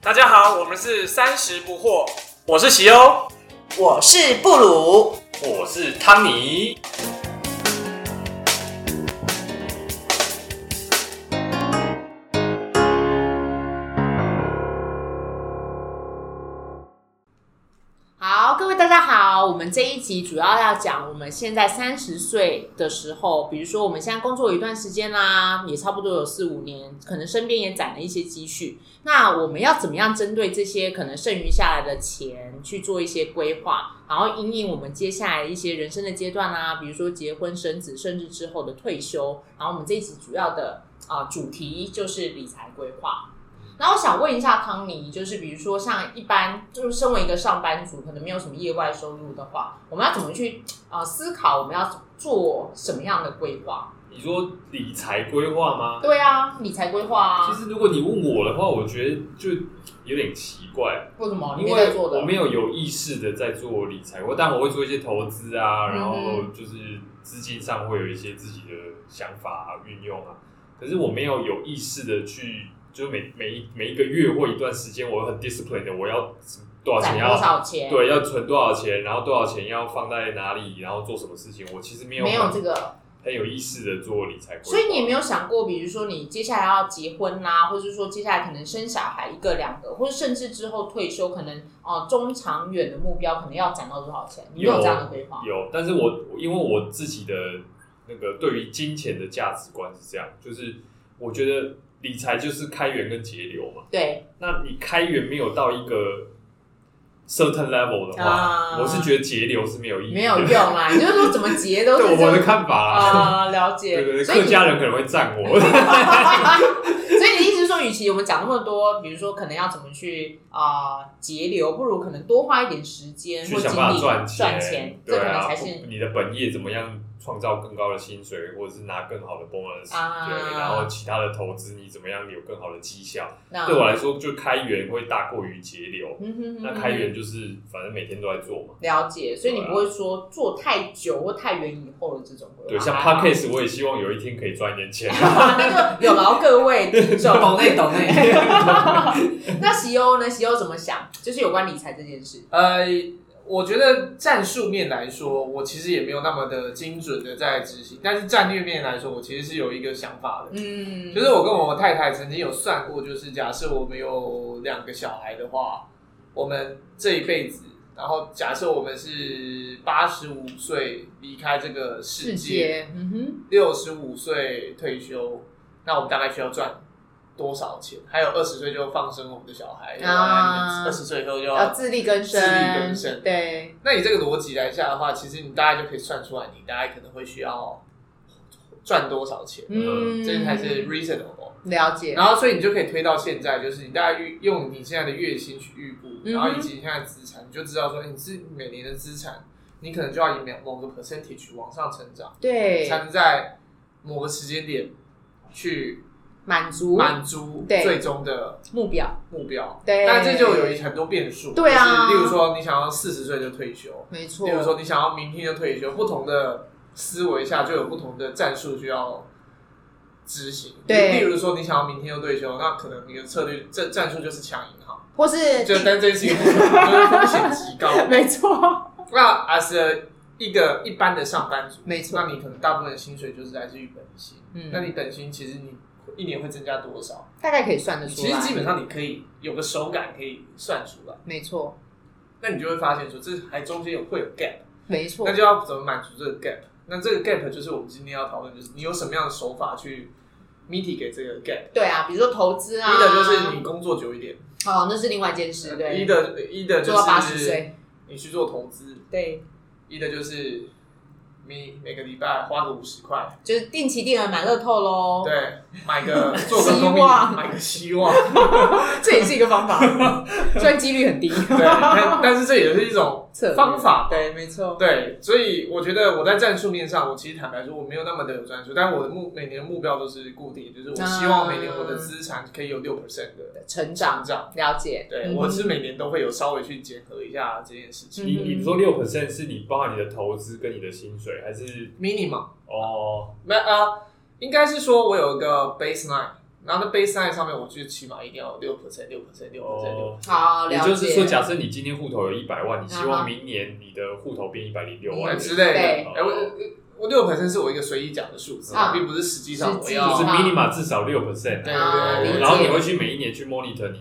大家好，我们是三十不惑，我是喜欧，我是布鲁，我是汤尼。好，各位大家好，我们这一集主要要讲我们现在三十岁的时候，比如说我们现在工作有一段时间啦，也差不多有四五年，可能身边也攒了一些积蓄。那我们要怎么样针对这些可能剩余下来的钱去做一些规划，然后因应我们接下来一些人生的阶段啊，比如说结婚生子，甚至之后的退休。然后我们这一集主要的啊、主题就是理财规划。然后我想问一下汤尼，就是比如说像一般，就是身为一个上班族，可能没有什么业外收入的话，我们要怎么去啊、呃思考我们要做什么样的规划？你说理财规划吗？对啊，理财规划其啊，实如果你问我的话，我觉得就有点奇怪，为什么哦你因没在为做我的？没有有意识的在做理财，我但我会做一些投资啊，然后嗯就是资金上会有一些自己的想法啊、运用啊，可是我没有有意识的去，就是每每一每一个月或一段时间，我很 discipline 的，我啊要多少攒钱多要。少钱？，对，要存多少钱，然后多少钱要放在哪里，然后做什么事情，我其实没有啊没有很这个，很有意识的做理财规划。所以你也没有想过，比如说你接下来要结婚啦、或者是说接下来可能生小孩一个两个，或者甚至之后退休，可能哦、呃中长远的目标可能要攒到多少钱？你没有有这样的规划？有，但是我因为我自己的那个对于金钱的价值观是这样，就是我觉得理财就是开源跟节流嘛。对，那你开源没有到一个 certain level 的话，啊我是觉得节流是没有意义的，没有用。啦，你就是说怎么结都 是对这我样的看法 啦，啊，了解。对对对，所以客你，家人可能会赞我。 所以你意思是说，与其我们讲那么多，比如说可能要怎么去啊、节流，不如可能多花一点时间去或精想办力法赚钱，这对可能啊才，是你的本业怎么样创造更高的薪水，或者是拿更好的 bonus，、啊对，然后其他的投资你怎么样有更好的绩效？那对我来说，就开源会大过于节流。啊嗯哼哼哼那开源就是反正每天都在做嘛。了解，所以你对啊不会说做太久或太远以后的这种规啊划。对，像 p 还好 o d c a s t 我也希望有一天可以赚一点钱。啊那就有劳 各位听众。懂内懂内。哎那喜优呢？喜优怎么想？就是有关理财这件事。呃，我觉得战术面来说，我其实也没有那么的精准的在执行，但是战略面来说，我其实是有一个想法的。嗯，就是我跟我太太曾经有算过，就是假设我们有两个小孩的话，我们这一辈子，然后假设我们是八十五岁离开这个世世界，界，嗯哼，六十五岁退休，那我们大概需要赚多少钱？还有二十岁就放生我们的小孩，啊二十岁以后就要自力更生，自力更生对，那你这个逻辑来下的话，其实你大概就可以算出来，你大概可能会需要赚多少钱，嗯，这才是 reasonable。了解。然后，所以你就可以推到现在，就是你大概预用你现在的月薪去预估，嗯哼然后以及你现在的资产，你就知道说你是每年的资产，你可能就要以某某个 percentage 往上成长，对，才能在某个时间点去满足满足对最终的目标，目标。对但这就有很多变数，对啊就是例如说你想要四十岁就退休，没错。例如说，你想要明天就退休，不同的思维下就有不同的战术需要执行。对例如说你想要明天就退休，那可能你的策略战战术就是抢银行，或是就但这是一个风险 极高。没错，那 as a 一个一般的上班族，没错那你可能大部分的薪水就是来自于本薪。嗯那你本薪其实你一年会增加多少？大概可以算得出其来。实基本上你可以有个手感可以算出来，没错，嗯那你就会发现说这还中间有会有 gap。没错那，就要怎么满足这个 gap？那这个 gap 就是我们今天要讨论，就是你有什么样的手法去 mitigate 这个 gap？对啊，比如说投资啊，一的就是你工作久一点，哦，那是另外一件事，对，一的一的就做到八十是岁，你去做投资，对，一的就是你每个礼拜花个五十块，就是定期定额买乐透喽，，对，买个做个公哦希望益，买个希望，这也是一个方法， 虽然几率很低，对，但但是这也是一种策略方法，对，没错，对，所以我觉得我在战术面上，我其实坦白说我没有那么的有专注，但我的目每年的目标都是固定，就是我希望每年我的嗯资产可以有六 percent 的成成长，长。了解，对，嗯我是每年都会有稍微去结合一下这件事情。你你说六 percent 是你包含你的投资跟你的薪水，还是啊 minimum 哦没呃，应该是说我有一个 baseline，然后那 baseline 上面，我觉得起码一定要六 percent、六 percent、六 percent、六。哦，好，也了解。就是说，假设你今天户头有一百万，你希啊哈望明年你的户头变一百零六万嗯之类的对哎，我哦我六 percent 是我一个随意讲的数字，啊并不是实际上我实际要就是上 minima 至少六 percent，对啊对对理解然后你会去每一年去 monitor 你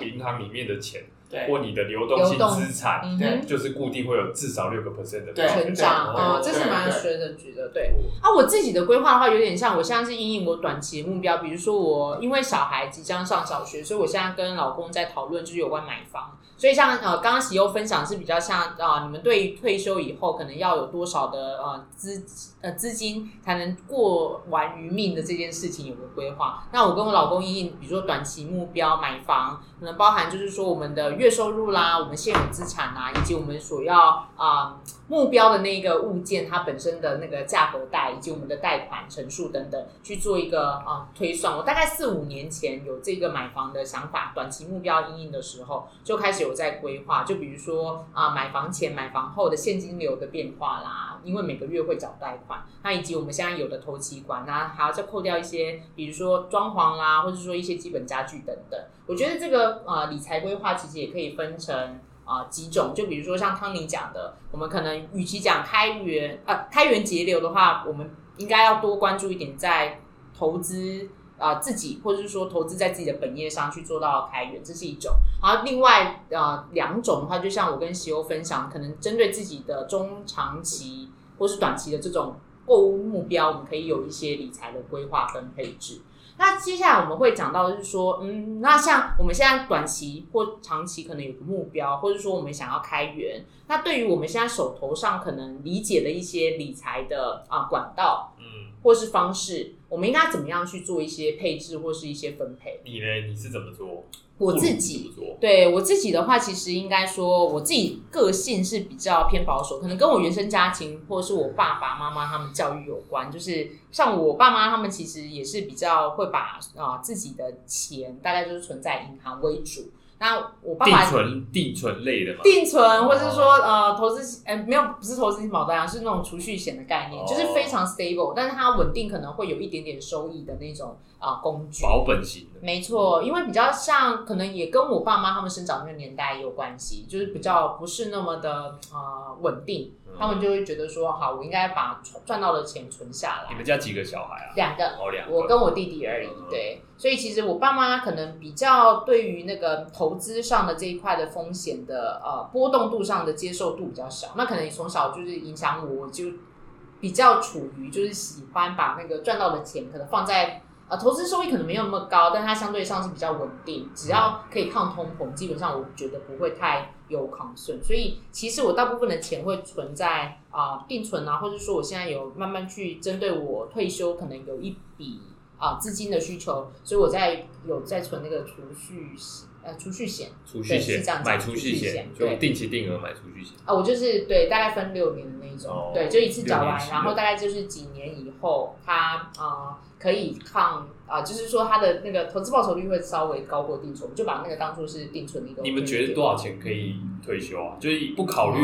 你银行里面的钱对或你的流动性流动资产，嗯对哼，就是固定会有至少六个 percent 的对报酬成长，对哦，这对是蛮对学的举的，对。啊，我自己的规划的话，有点像我现在是因应我短期的目标，比如说我因为小孩即将上小学，所以我现在跟老公在讨论就是有关买房。所以像呃，刚刚喜优分享是比较像啊、你们对于退休以后可能要有多少的呃资呃资金才能过完余命的这件事情有个规划。那我跟我老公因应，比如说短期目标买房，可能包含就是说我们的月收入啦，我们现有资产啦，以及我们所要啊、目标的那个物件它本身的那个价格带，以及我们的贷款成数等等，去做一个啊、推算。我大概四五年前有这个买房的想法，短期目标因应的时候，就开始有在规划，就比如说啊、买房前、买房后的现金流的变化啦，因为每个月会缴贷款，那以及我们现在有的头期款，那还要再扣掉一些，比如说装潢啦，或者说一些基本家具等等。我觉得这个啊、理财规划其实也可以分成。啊、几种，就比如说像汤尼讲的，我们可能与其讲开源呃开源节流的话，我们应该要多关注一点在投资啊、自己，或者是说投资在自己的本业上去做到开源，这是一种。然后另外呃两种的话，就像我跟西欧分享，可能针对自己的中长期或是短期的这种购物目标，我们可以有一些理财的规划跟配置。那接下来我们会讲到，就是说，嗯，那像我们现在短期或长期可能有个目标，或者说我们想要开源，那对于我们现在手头上可能理解的一些理财的啊、管道嗯，或是方式，我们应该怎么样去做一些配置或是一些分配？你呢？你是怎么做？我自不如己你怎么做？对我自己的话，其实应该说我自己个性是比较偏保守，可能跟我原生家庭或者是我爸爸妈妈他们教育有关。就是像我爸妈他们其实也是比较会把啊、自己的钱大概就是存在银行为主。那我爸定爸存哦定存类的嘛，定存，或者是说呃投资，呃没有不是投资型保单啊，是那种储蓄险的概念，哦就是非常 stable，但是它稳定可能会有一点点收益的那种啊、工具。保本型的。没错，因为比较像，可能也跟我爸妈他们生长那个年代也有关系，就是比较不是那么的呃稳定，嗯他们就会觉得说，好，我应该把赚赚到的钱存下你来。们家几个小孩啊？两个，哦，两个。我跟我弟弟而已嗯，对，所以其实我爸妈可能比较对于那个投资上的这一块的风险的呃波动度上的接受度比较小，那可能从小就是影响我，我就比较处于就是喜欢把那个赚到的钱可能放在。呃，投资收益可能没有那么高，但它相对上是比较稳定，只要可以抗通膨，基本上我觉得不会太有 concern。所以其实我大部分的钱会存在啊、定存啊，或者说我现在有慢慢去针对我退休可能有一笔啊、资金的需求，所以我在有在存那个储蓄呃储蓄险储蓄对险是这样，买讲储蓄储蓄险险就对定期定额买储蓄险。啊，我就是对，大概分六年的那一种，哦对，就一次缴六完年，是然后大概就是几年以后，它啊可以抗啊、就是说它的那个投资报酬率会稍微高过定存，我就把那个当做是定存的一个。你们觉得多少？钱可以退休啊？就是不考虑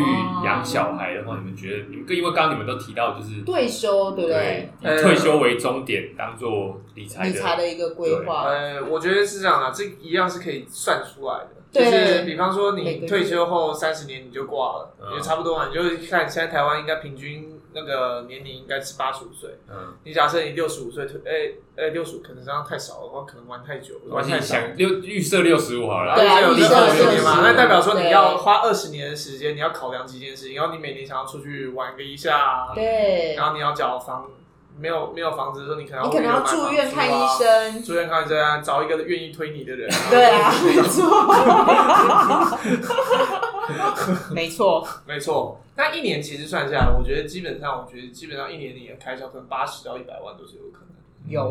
养小孩的话，你们觉得？你们因为刚刚你们都提到，就是退休对不对？以退休为终点，当做理财理财的的一个规划，呃，我觉得是这样啊，这一样是可以算出来的。就对是比方说每个你月退休后三十年你就挂了，嗯也就差不多嘛。你就看现在台湾应该平均那个年龄应该是八十五岁。嗯，你假设你六十五岁退，哎哎六十五可能这样太少了，我可能玩太久，我玩太先少。哦想六预设六十五好了啦，然后对啊有预这设二十年嘛， 65那代表说你要对花二十年的时间，你要考量几件事情，然后你每年想要出去玩个一下，啊对，然后你要缴房，没有没有房子的时候，你可能你可能要为了买住院看医房子啊，生，住院看医生啊，找一个愿意推你的人啊，对啊，没错，没错，没错，那一年其实算下来，我觉得基本上，我觉得基本上一年你的开销可能八十到一百万都是有可能的，有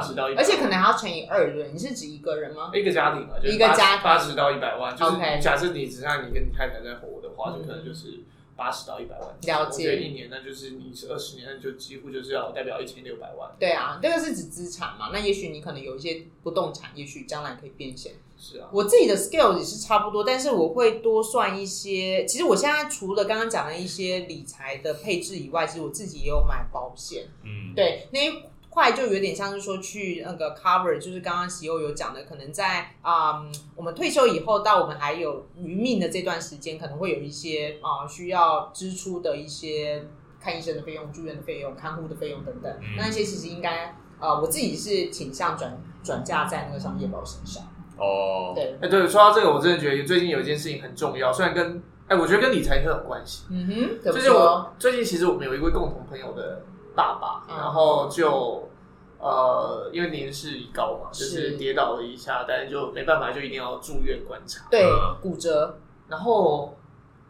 哦，十到一，而且可能还要乘以二，对不对？你是指一个人吗？一个家庭啊，就是一个家庭八十到一百万，就是 OK 假设你只让你跟你太太在活的话，嗯就可能就是八十到一百万。了解我觉得一年那就是你是二十年，那就几乎就是要代表一千六百万。对啊，这个是指资产嘛？那也许你可能有一些不动产，也许将来可以变现。是啊，我自己的 scale 也是差不多，但是我会多算一些。其实我现在除了刚刚讲的一些理财的配置以外，其实我自己也有买保险。嗯，对，那一快就有点像是说去那个 cover，就是刚刚喜欧有讲的，可能在啊、嗯我们退休以后到我们还有余命的这段时间，可能会有一些啊、需要支出的一些看医生的费用、住院的费用、看护的费用等等，嗯那一些其实应该呃，我自己是倾向转转嫁在那个商业保身上。哦，对，哎、对，说到这个，我真的觉得最近有一件事情很重要，虽然跟哎、我觉得跟理财课有关系。嗯哼，怎就么是说？我最近其实我们有一位共同朋友的爸爸，嗯然后就呃，因为年事已高嘛，就是是跌倒了一下，但是就没办法，就一定要住院观察。对嗯，骨折，然后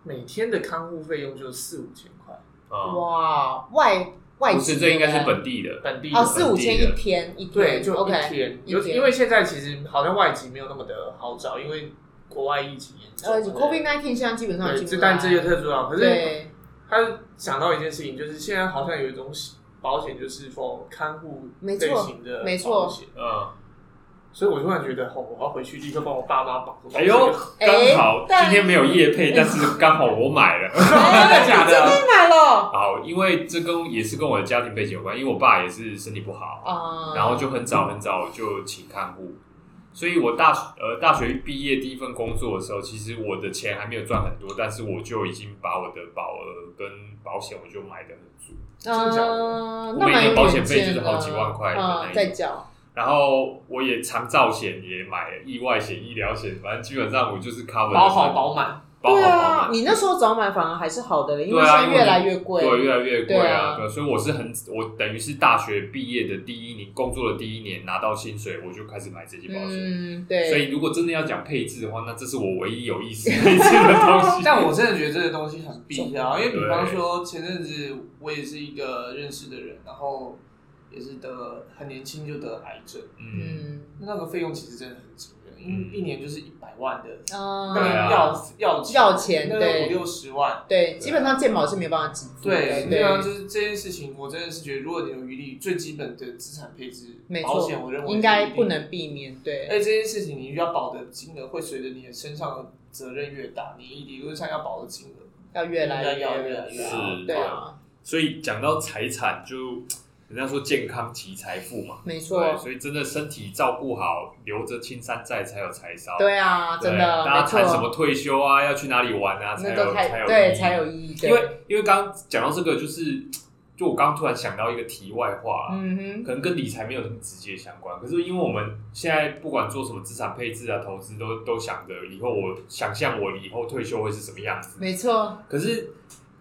每天的看护费用就四五千块，啊，哇，外外不籍是，的这应该是本地的，本地的哦，四五本千地一的天一天，对，就一 OK，天，一尤天因为现在其实好像外籍没有那么的好找，因为国外疫情严重，呃对，COVID nineteen 现在基本上已对，经这不但这些来特殊啊，可是啊 对他想到一件事情，就是现在好像有一种保险，就是说看护没类错型的没错保险嗯，所以我突然觉得，哦，我要回去立刻帮我爸妈绑。哎呦，哎刚好但今天没有夜配，但是刚好我买了，真哎的假你的？真的买了好，因为这跟也是跟我的家庭背景有关，因为我爸也是身体不好，啊 然后就很早很早就请看护，所以我大学呃大学毕业第一份工作的时候，其实我的钱还没有赚很多，但是我就已经把我的保额跟保险我就买的很足，真的假的嗯，我那每蛮年有保远险费见就是好的几万块的那嗯一，在种缴，然后我也长照险也买了，意外险、医疗险，反正基本上我就是 cover 保好保满，包好对包啊满，，你那时候早买反而还是好的，因对为啊现在因为越你来越贵，对，越来越贵对啊，啊对啊，所以我是很，我等于是大学毕业的第一年，工作的第一年拿到薪水，我就开始买这些保险。嗯，对，所以如果真的要讲配置的话，那这是我唯一有意思配置的东 西。但我真的觉得这个东西很必要，因为比方说前阵子我也是一个认识的人，然后也是得很年轻就得癌症，嗯，嗯那个费用其实真的很惊人，因嗯为一年就是一百万的，啊那对个啊药药要钱那对个五六十万，对，基本上健保是没办法给付的，对，对对啊，就是这件事情，我真的是觉得，如果你有余力，最基本的资产配置没，保错险，我认，为应该是一定不能避免，对，而且这件事情，你要保的金额会随着你的身上的责任越大，你理论上要保的金额要越来要要越越来越是大。对啊，所以讲到财产就。人家说健康即财富嘛，没对，错，所以真的身体照顾好，留着青山在才有柴烧。对啊，真的，对大家没谈什错。么退休啊，要去哪里玩啊，才那有都才太有意对义才有意义，对因为因为刚刚讲到这个，就是就我刚刚突然想到一个题外话、啊，嗯哼，可能跟理财没有那么直接相关，可是因为我们现在不管做什么资产配置啊、投资，都都想着以后我想象我以后退休会是什么样子，没错，可是。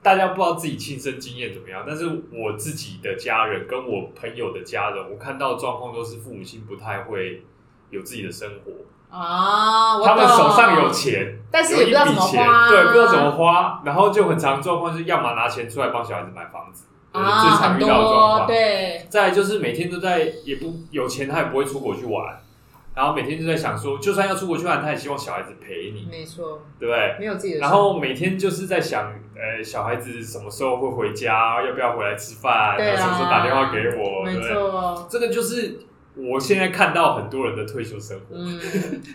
大家不知道自己亲身经验怎么样，但是我自己的家人跟我朋友的家人，我看到的状况都是父母亲不太会有自己的生活，啊，我他们手上懂有，钱，但是有也不一知道怎笔么钱，花，啊对，不知道怎么花，然后就很常状况就是，要么拿钱出来帮小孩子买房子，啊，就是最常遇到的状很多况。对，再来就是每天都在，也不有钱，他也不会出国去玩，然后每天就在想说，就算要出国去玩，他也希望小孩子陪你，没错，对不对？没有自己的生活，然后每天就是在想，呃，小孩子什么时候会回家，要不要回来吃饭，对啊然后什么时候打电话给我，对没不对？错，这个就是我现在看到很多人的退休生活。嗯，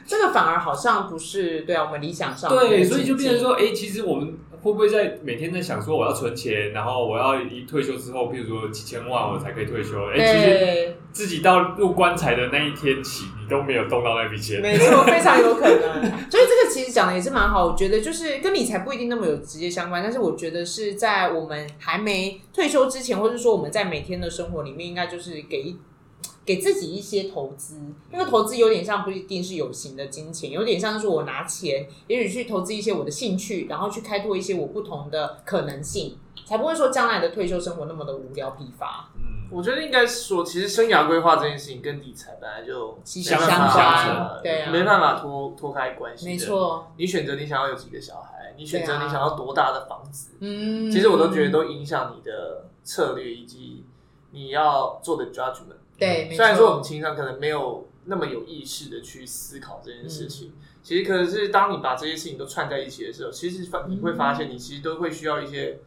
这个反而好像不是对啊，我们理想上的那对，个所以就境界变成说，哎、其实我们会不会在每天在想说，我要存钱，然后我要一退休之后，譬如说几千万，我才可以退休？哎、其实对，自己到入棺材的那一天起，你都没有动到那笔钱。没错，非常有可能。所以这个其实讲的也是蛮好，我觉得就是跟理财不一定那么有直接相关，但是我觉得是在我们还没退休之前，或者说我们在每天的生活里面，应该就是给一给自己一些投资。那个投资有点像不一定是有形的金钱，有点像是我拿钱，也许去投资一些我的兴趣，然后去开拓一些我不同的可能性，才不会说将来的退休生活那么的无聊疲乏。嗯，我觉得应该是说，其实生涯规划这件事情跟理财本来就息没息办相法关对啊没办法脱脱开关系。没，错，你选择你想要有几个小孩，你选择对啊你想要多大的房子，嗯，其实我都觉得都影响你的策略以及你要做的 judgment。对，没虽然说我们错，平常可能没有那么有意识的去思考这件事情，嗯其实可能是当你把这些事情都串在一起的时候，其实发你会发嗯现你其实都会需要一些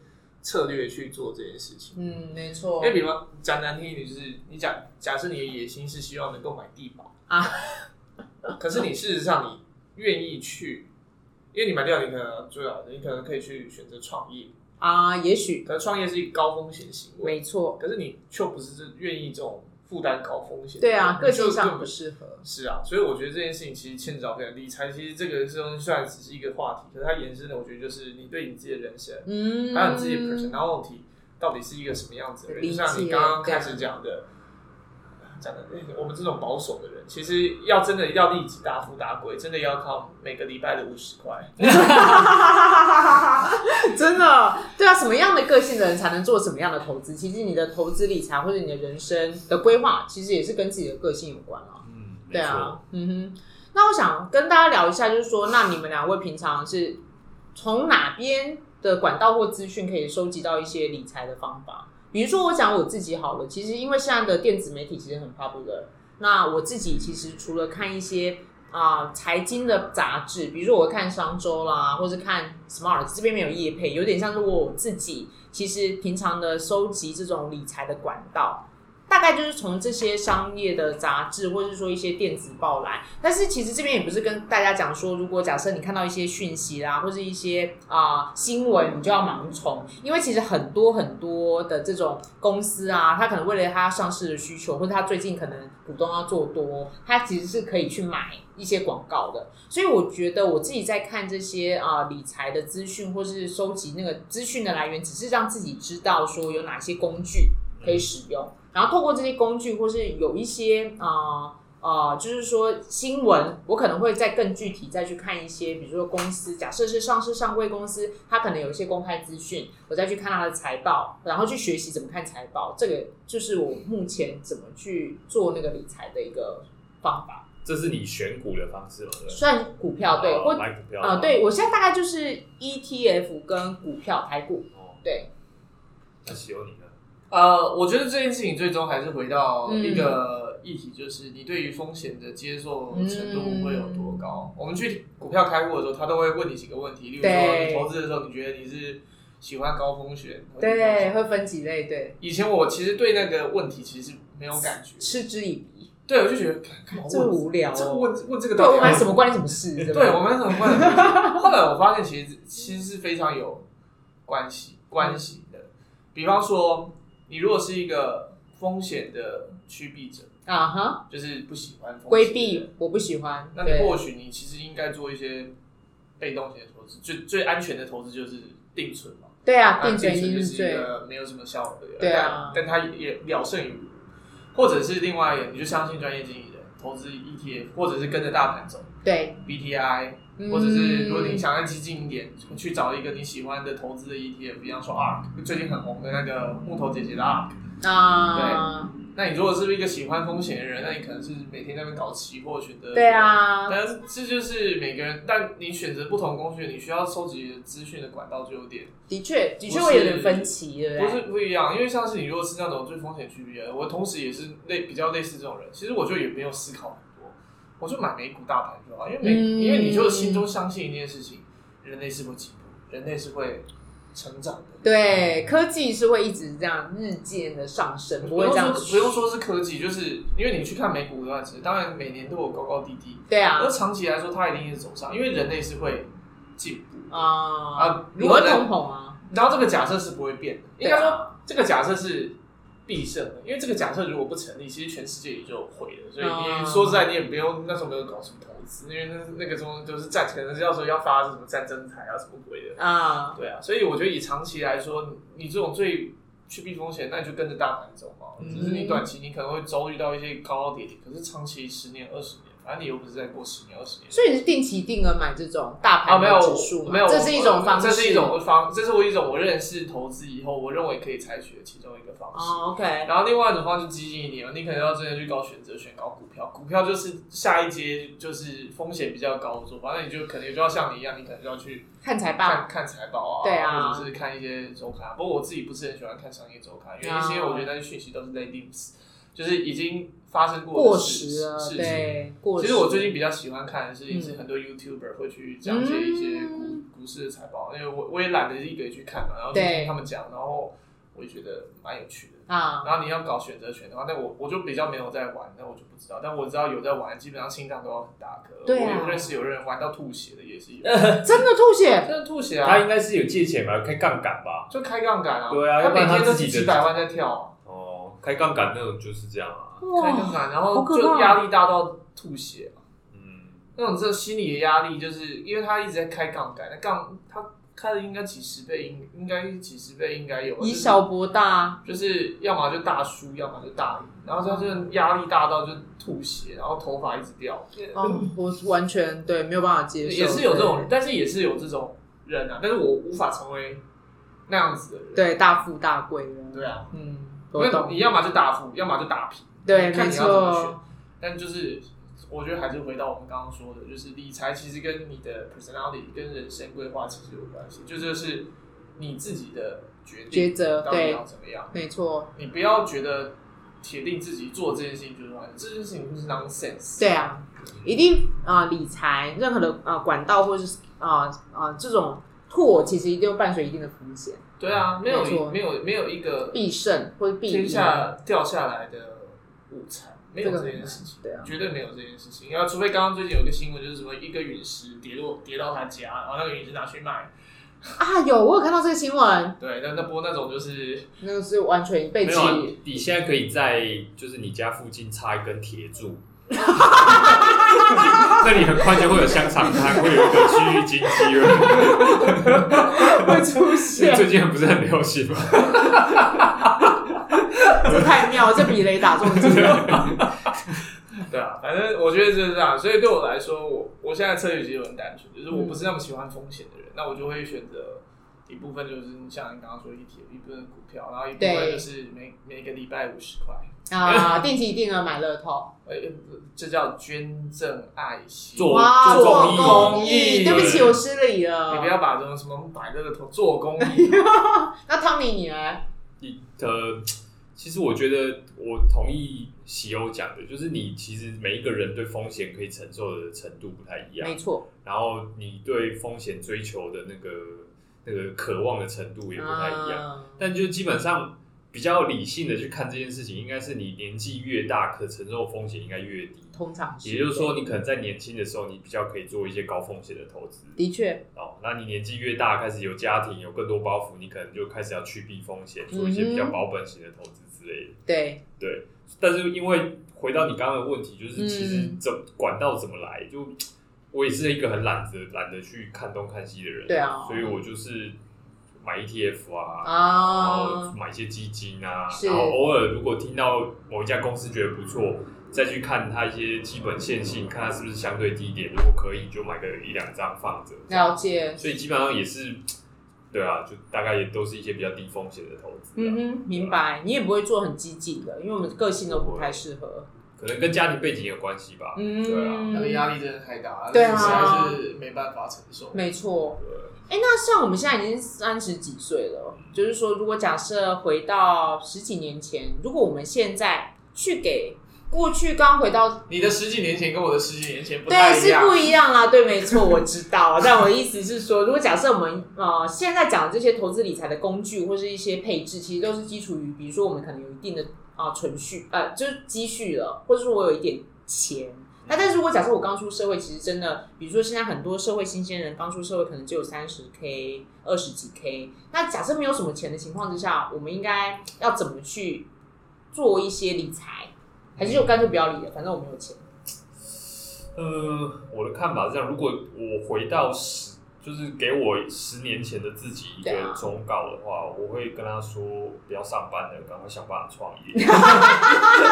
策略去做这件事情。嗯，没错因，为比方讲难听一点，就是你假假设你的野心是希望能够买地保啊，可是你事实上你愿意去，因为你买掉你可能最好，啊你可能可以去选择创业，啊，也许可是创业是一个高风险行为，没错，可是你却不是愿意这种负担高风险。对啊，个性就上更不适合。是啊，所以我觉得这件事情其实牵扯到非常理财。其实这个东西虽然只是一个话题，可是它延伸的，我觉得就是你对你自己的人生，嗯，还有你自己的 personality 到底是一个什么样子的人。理就解像你刚刚开始讲的，讲的我们这种保守的人，其实要真的要立即大富大贵，真的要靠每个礼拜的五十块。 真的，对啊，什么样的个性的人才能做什么样的投资？其实你的投资理财或者你的人生的规划，其实也是跟自己的个性有关啊。嗯，没对错。啊，嗯哼。那我想跟大家聊一下，就是说，那你们两位平常是从哪边的管道或资讯可以收集到一些理财的方法？比如说，我讲我自己好了，其实因为现在的电子媒体其实很 popular，那我自己其实除了看一些啊、财经的杂志，比如说我会看商周啦，或是看 Smart 这边没有业配，有点像是我自己其实平常的收集这种理财的管道。大概就是从这些商业的杂志，或者是说一些电子报来。但是其实这边也不是跟大家讲说，如果假设你看到一些讯息啦，或是一些啊、新闻，你就要盲从，因为其实很多很多的这种公司啊，它可能为了它上市的需求，或者它最近可能股东要做多，它其实是可以去买一些广告的。所以我觉得我自己在看这些啊、理财的资讯，或是收集那个资讯的来源，只是让自己知道说有哪些工具可以使用，然后透过这些工具，或是有一些啊啊、呃就是说新闻，我可能会再更具体再去看一些，比如说公司，假设是上市上柜公司，它可能有一些公开资讯，我再去看它的财报，然后去学习怎么看财报，这个就是我目前怎么去做那个理财的一个方法，这是你选股的方式嘛？对不对。算股票对，或哦买股票啊、对我现在大概就是 ETF 跟股票台股，哦，对，那喜欢你呢？呃，我觉得这件事情最终还是回到一个议题，就是你对于风险的接受程度会有多高。我们去股票开户的时候，他都会问你几个问题，例如说对你投资的时候，你觉得你是喜欢高风险？对，。会分几类，对，以前我其实对那个问题其实没有感觉，嗤之以鼻，对我就觉得干干嘛这问无聊、哦，这个问问这对个到底我要干买嘛什么关你什么事？对不哎对，我们很关注。 后来我发现，其实其实是非常有关系关系的。比方说，你如果是一个风险的趋避者，啊哈，就是不喜欢风险规，避我不喜欢。那你对或许你其实应该做一些被动型的投资。最最安全的投资就是定存嘛，对啊，那定存一就定是是一最个没有什么效果的，对啊但但它也了胜于无，或者是另外一个，你就相信专业经理人，投资 ETF，或者是跟着大盘走对， BTI。嗯或者是如果你想要激进一点，去找一个你喜欢的投资的 ETF，比方说 ARK，最近很红的那个木头姐姐的 ARK。啊，那你如果是一个喜欢风险的人，那你可能是每天在那边搞期货选择。对。啊，但是这就是每个人，但你选择不同工具，你需要收集资讯的管道就有点的确的确不会有是点分歧，对不不对？是不一样。因为像是你如果是那种对风险区别，我同时也是类比较类似这种人，其实我就也没有思考很多，我就买美股大盘就好，因为美、嗯因为你就心中相信一件事情，人类是会进步，人类是会成长的。对，科技是会一直这样日渐的上升，不不会用这说样不用说是科技，就是因为你去看美股的话，其实当然每年都有高高低低，对啊而长期来说它一定是走上，因为人类是会进步。啊啊，你如会果通膨啊，然后这个假设是不会变的，应对该啊说这个假设是必胜的，因为这个假设如果不成立，其实全世界也就毁了。所以嗯你说实在，你也不用那时候没有搞什么投资，因为那那个中都是战，可能是要说要发什么战争财啊什么鬼的。啊，对啊，所以我觉得以长期来说，你你这种最去避风险，那你就跟着大盘走嘛。嗯只是你短期你可能会遭遇到一些高高低低，可是长期十年二十年，反正你又不是在过十年二十年。所以你是定期定额买这种大啊，盘没的有指数吗没有，呃这是一种方式，这是一种方，这是我一种我认识投资以后，我认为可以采取的其中一个方式。哦，OK，然后另外一种方式激进一点，你可能要真的去搞选择权，搞股票。股票就是下一阶就是风险比较高的做法，那你就可能就要像你一样，你可能就要去看财报，看看财报啊，对啊或者是看一些周刊。啊不过我自己不是很喜欢看商业周刊，原因是因为哦我觉得那些讯息都是 late news，就是已经发生过过的事时了，事情。对，过时。其实我最近比较喜欢看的事情是嗯很多 YouTuber 会去讲解一些股、嗯股市的财报，因为我我也懒得一个人去看嘛，然后就对听他们讲，然后我也觉得蛮有趣的。啊，然后你要搞选择权的话，那我我就比较没有在玩，那我就不知道。但我知道有在玩，基本上心脏都要很大颗。对啊我有认识有人玩到吐血的 也是有，真的吐血，真的吐血他啊，应该是有借钱吧，开杠杆吧？就开杠杆啊，对啊要他不每然他天都自是己的几百万在跳啊、哦，开杠杆那种就是这样啊。开杠杆，然好后可怕就压力大到吐血啊，嗯，那种这心理的压力，就是因为他一直在开杠杆，那杠他开了应该几十倍，应应该几十倍应该有啊，以就是小博 大，就是要么就大输，要么就大赢，然后他就压力大到就吐血，然后头发一直掉，哦，我完全对没有办法接受，也是有这种，但是也是有这种人啊，但是我无法成为那样子的人，对大富大贵的，对啊，嗯，因我为懂，你要么就大富，要么就大平，对，看没你要怎么错选，，但就是我觉得还是回到我们刚刚说的，就是理财其实跟你的 personality 跟人生规划其实有关系，就这是你自己的决定，抉择到底对要怎么样。没错，你不要觉得铁定自己做这件事情就是完，这件事情就是 nonsense。对，啊，一定啊、呃理财任何的啊、呃管道或者是啊啊、呃这种拓，其实一定会伴随一定的风险，对啊，没有没错没有没有一个必胜或者必天赢，下掉下来的午餐，没有这件事情，对啊，绝对没有这件事情。要除非刚刚最近有一个新闻，就是什么一个陨石跌落跌到他家，然后那个陨石拿去卖，啊，有我有看到这个新闻，对，那那波那种就是那个是完全被没质有、啊疑，，你现在可以在就是你家附近插一根铁 柱。那你很快就会有香肠摊，会有一个区域经济 了。会出现， 最近不是很流行吗？这太妙了，这比雷打中计了，对啊，反正我觉得就是这样。所以对我来说，我我现在策略其实很单纯，就是我不是那么喜欢风险的人，那我就会选择一部分就是像你刚刚说的 ETF，一部分股票，然后一部分对就是每每个礼拜五十块， 啊，定期定额买乐透，呃，这叫捐赠爱心。做哇，做做公益公益，对不起，我失礼了你不。要把这种什么买乐透做公益，那汤米你呢？你呃，其实我觉得我同意喜欧讲的，就是你其实每一个人对风险可以承受的程度不太一样没，错，然后你对风险追求的那个那个渴望的程度也不太一样。样。但就基本上比较理性的去看这件事情，应该是你年纪越大，可承受风险应该越低。通常是也就是说，你可能在年轻的时候，你比较可以做一些高风险的投资的确，哦。那你年纪越大，开始有家庭，有更多包袱，你可能就开始要趋避风险，做一些嗯比较保本型的投资之类的。对，对，但是因为回到你刚刚的问题，就是其实嗯怎管道怎么来，就我也是一个很懒得懒得去看东看西的人，对啊所以我就是买 ETF 啊，然后啊，买一些基金啊，是然后偶尔如果听到某一家公司觉得不错，再去看它一些基本线性，看它是不是相对低点，如果可以就买个一两张放着。了解，所以基本上也是，对啊，就大概也都是一些比较低风险的投资、啊，嗯哼，明白。你也不会做很激进的，因为我们个性都不太适合。可能跟家庭背景有关系吧。对啊，那个嗯，压力真的太大了，对啊实在是没办法承受。没错。对，哎，那像我们现在已经三十几岁了，就是说，如果假设回到十几年前，如果我们现在去给过去刚回到你的十几年前跟我的十几年前不对，太一是样，不一样啦。对，没错，我知道。啊但我的意思是说，如果假设我们呃现在讲的这些投资理财的工具或是一些配置，其实都是基础于，比如说我们可能有一定的啊、呃存蓄，呃，就是积蓄了，或者说我有一点钱。那但是如果假设我刚出社会，其实真的，比如说现在很多社会新鲜人刚出社会，可能只有三十 k、二十几 k。那假设没有什么钱的情况之下，我们应该要怎么去做一些理财？还是就干脆不要理了，反正我没有钱。呃，我的看法是这样，如果我回到十，就是给我十年前的自己一对啊个忠告的话，我会跟他说，不要上班了，赶快想办法创业。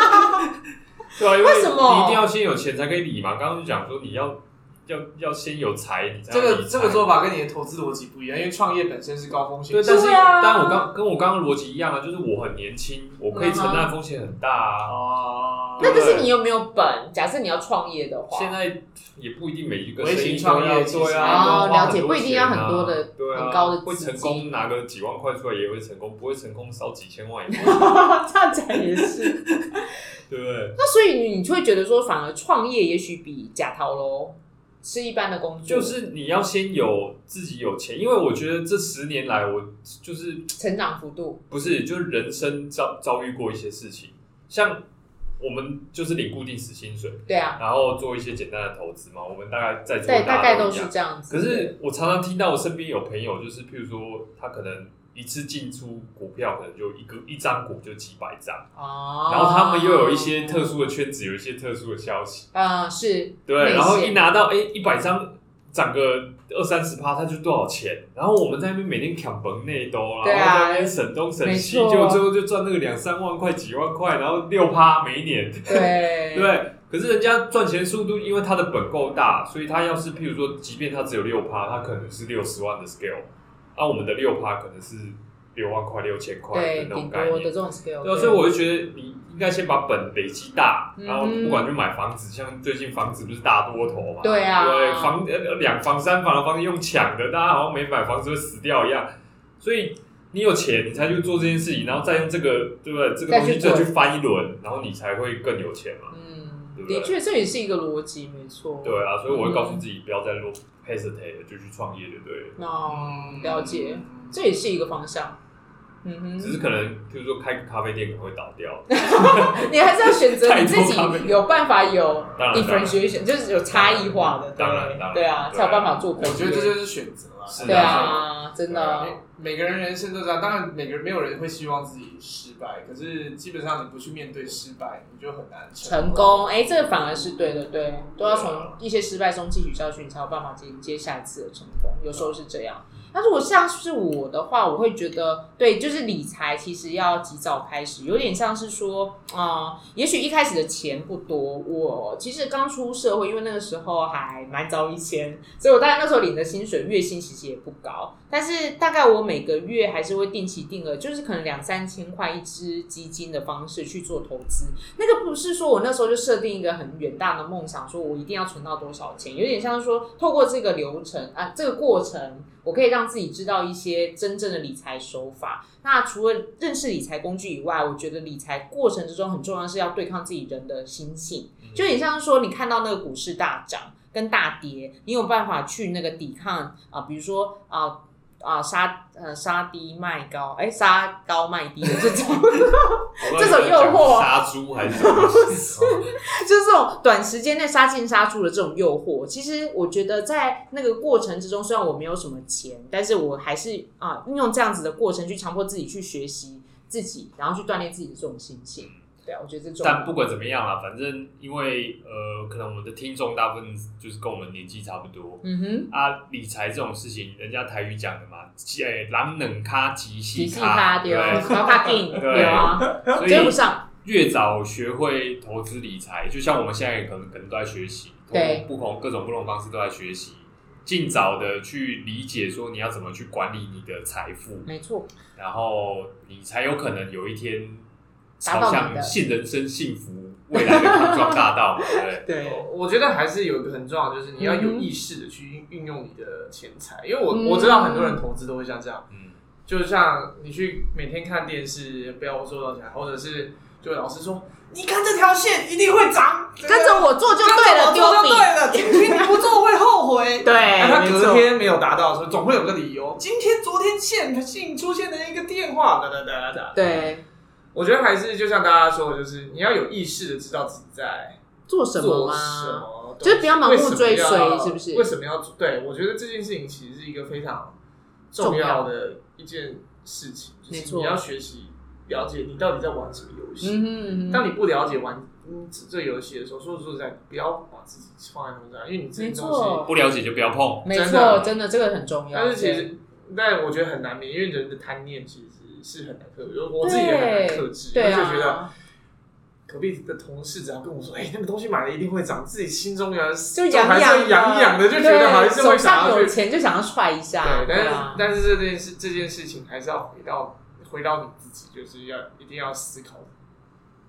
对啊，因为什么你一定要先有钱才可以理嘛。刚刚就讲说，你要要要先有财，你才这能个理财这个做法跟你的投资逻辑不一样，因为创业本身是高风险对，的，但是、对啊但我刚跟我刚刚的逻辑一样啊，就是我很年轻，我可以承担的风险很大啊。哦，那就是你有没有本？假设你要创业的话，现 在也不一定每一个微生型意创都要业其实对啊，哦都要花了解很多不一定钱要啊很多的对啊很高的会资成金功拿个几万块出来也会成功，不会成功烧几千万也不 会，这样讲也是。对不对？ 那所以你你就会觉得说，反而创业也许比假逃喽是一般的工作，就是你要先有自己有钱，因为我觉得这十年来我就是成长幅度不是就是人生遭遭遇过一些事情，像我们就是领固定死薪水，对啊，然后做一些简单的投资嘛，我们大概在做对，大概都都一样是这样子。可是我常常听到我身边有朋友，就是譬如说他可能一次进出股票可能就一个一张股就几百张，哦然后他们又有一些特殊的圈子，有一些特殊的消息，嗯哦是对，然后内线一拿到哎一百张涨个二三十趴，它就多少钱？然后我们在那边每天砍本内兜，对然啊后在那边省东省西，没错就最后就赚那个两三万块、几万块，然后六趴每一年，对对。可是人家赚钱速度，因为他的本够大，所以他要是譬如说，即便他只有六趴，他可能是六十万的 scale，啊，我们的六趴可能是六万块、六千块的对那种顶概多念的这。种 scale，对啊，所以我就觉得你应该先把本累积大，嗯然后不管去买房子，像最近房子不是大多头嘛，对啊对，房呃两房三房的房子用抢的，大家好像没买房子会死掉一样，所以你有钱你才去做这件事情，然后再用这个对不对？这个东西再去再做去翻一轮，然后你才会更有钱嘛，嗯对不对的确这也是一个逻辑没错对啊，所以我会告诉自己不要再嗯落 hesitate 了就去创业就对了。嗯哦了解这也是一个方向嗯哼只是可能，譬如说开个咖啡店可能会倒掉， 嗯你还是要选择你自太多咖啡己有办法有当然 differentiation，就是有差异化的，当然对当然对啊，对才有办法做我朋友。觉得这就是选择啊。是对啊，真的每，每个人人生都这样，当然每个人没有人会希望自己失败，可是基本上你不去面对失败，你就很难成功。功哎，这个反而是对的，对，都要从一些失败中汲取教训，才有办法迎接下一次的成功。有时候是这样。那如果像是我的话，我会觉得，对，就是理财其实要及早开始，有点像是说，啊、也许一开始的钱不多，我其实刚出社会，因为那个时候还蛮早以前，所以我大概那时候领的薪水月薪其实也不高，但是大概我每个月还是会定期定额，就是可能两三千块一支基金的方式去做投资。那个不是说我那时候就设定一个很远大的梦想，说我一定要存到多少钱，有点像是说透过这个流程啊，这个过程，我可以让自己知道一些真正的理财手法。那除了认识理财工具以外，我觉得理财过程之中很重要是要对抗自己人的心性，就有点像是说你看到那个股市大涨跟大跌，你有办法去那个抵抗啊、比如说啊。啊，杀呃杀低卖高，哎、杀高卖低的这种，我不知道这种诱惑啊杀猪还是什么？ 就是这种短时间内杀进杀出的这种诱惑，其实我觉得在那个过程之中，虽然我没有什么钱，但是我还是啊，运用这样子的过程去强迫自己去学习自己，然后去锻炼自己的这种心性。对啊，我觉得这种但不管怎么样啦，反正因为呃，可能我们的听众大部分就是跟我们年纪差不多嗯哼，啊。理财这种事情，人家台语讲的嘛，哎，狼冷咖即体细系咖，他对丢，然后他定对对啊，不对，追不 所以上，越早学会投资理财，就像我们现在可能可能都在学习，对不同各种不同方式都在学习，尽早的去理解说你要怎么去管理你的财富，没错，然后你才有可能有一天达朝到你向的幸人生幸福未来的康庄大道嘛，对不对？对，我觉得还是有一个很重要的，就是你要有嗯哼意识的去运运用你的钱财，因为我嗯我知道很多人投资都会像这样，嗯就像你去每天看电视，不要说到钱，或者是就老师说，你看这条线一定会涨，跟着我做就跟着对了，我丢做就笔，对了，今天你不做会后悔。那哎对，他哎没隔错，天没有达到，说总会有个理由。今天、昨天线性出现的一个电话，哒哒哒哒哒。对，我觉得还是就像大家说的，就是你要有意识的知道自己在做什么做什吗？么东西，就是不要盲目为什么追随要是不是为什么要做？对我觉得这件事情其实是一个非常重要的一件事情，就没是错你要学习了解你到底在玩什么游嗯戏。哼嗯当哼，你不了解玩嗯这游戏的时候，说实在，不要把自己放在那么大，因为你这些没东错西。不了解就不要碰。没真的错，真的这个很重要。但是其对实，但我觉得很难免，因为人的贪念其实是很难克制，我自己也很难克制，对我就觉得。啊，隔壁的同事只要跟我说：“哎、那个东西买了一定会涨。”自己心中原来是就痒还痒是痒痒的，就觉得对还是手会想上要有去。钱就想要踹一下，对，但对是、啊，但是这件事这件事情还是要回到回到你自己，就是要一定要思考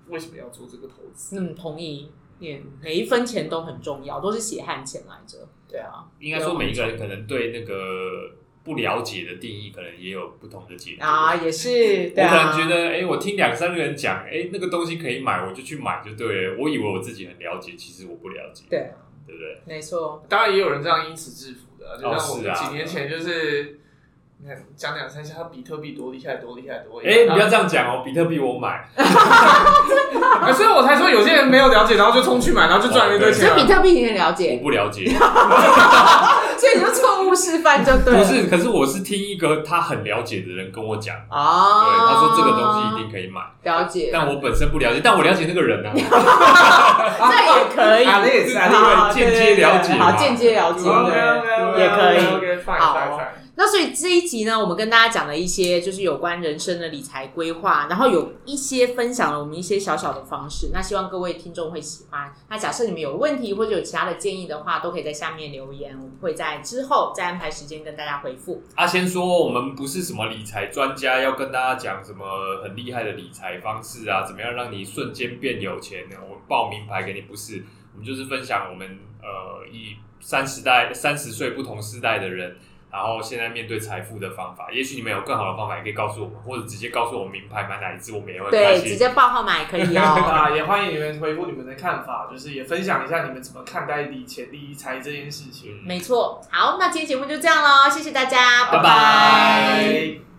为什么要做这个投资。嗯，同意，也每一分钱都很重要，都是血汗钱来着，对啊，应该说每一个人可能对那个不了解的定义，可能也有不同的解读。啊，也是，我对可能啊，觉得，哎、我听两三个人讲，哎、那个东西可以买，我就去买就对了。我以为我自己很了解，其实我不了解，对，对不对？没错，当然也有人这样因此致富的，就哦像我是啊几年前就是，你看讲两三下比特币多厉害，多厉害，多厉害。哎、你不要然后这样讲哦、比特币我买，啊所以我才说有些人没有了解，然后就冲去买，然后就赚了一堆对钱所啊。以比特币你很了解我，不了解，所以你就错误示范就对了。不是，可是我是听一个他很了解的人跟我讲，对，啊，他说这个东西一定可以买，了解，但我本身不了解，但我了解那个人啊，这也可以啊，那也是啊，对那好间接对对对了解嘛好间接了解，个 OK 对。 OK 哦也可以 OK fine 好 fine fine。那所以这一集呢，我们跟大家讲了一些就是有关人生的理财规划，然后有一些分享了我们一些小小的方式。那希望各位听众会喜欢。那假设你们有问题或者有其他的建议的话，都可以在下面留言，我们会在之后再安排时间跟大家回复。啊，先说我们不是什么理财专家，要跟大家讲什么很厉害的理财方式啊，怎么样让你瞬间变有钱呢？我报名牌给你不是，我们就是分享我们呃以三十代 三十岁不同世代的人，然后现在面对财富的方法。也许你们有更好的方法，也可以告诉我们，或者直接告诉我们名牌买哪一支，我们也会很开对，心直。接报号码也可 以哦。啊，也欢迎你们回复你们的看法，就是也分享一下你们怎么看待理钱理财这件事情。嗯没错，好，那今天节目就这样喽，谢谢大家，拜拜拜拜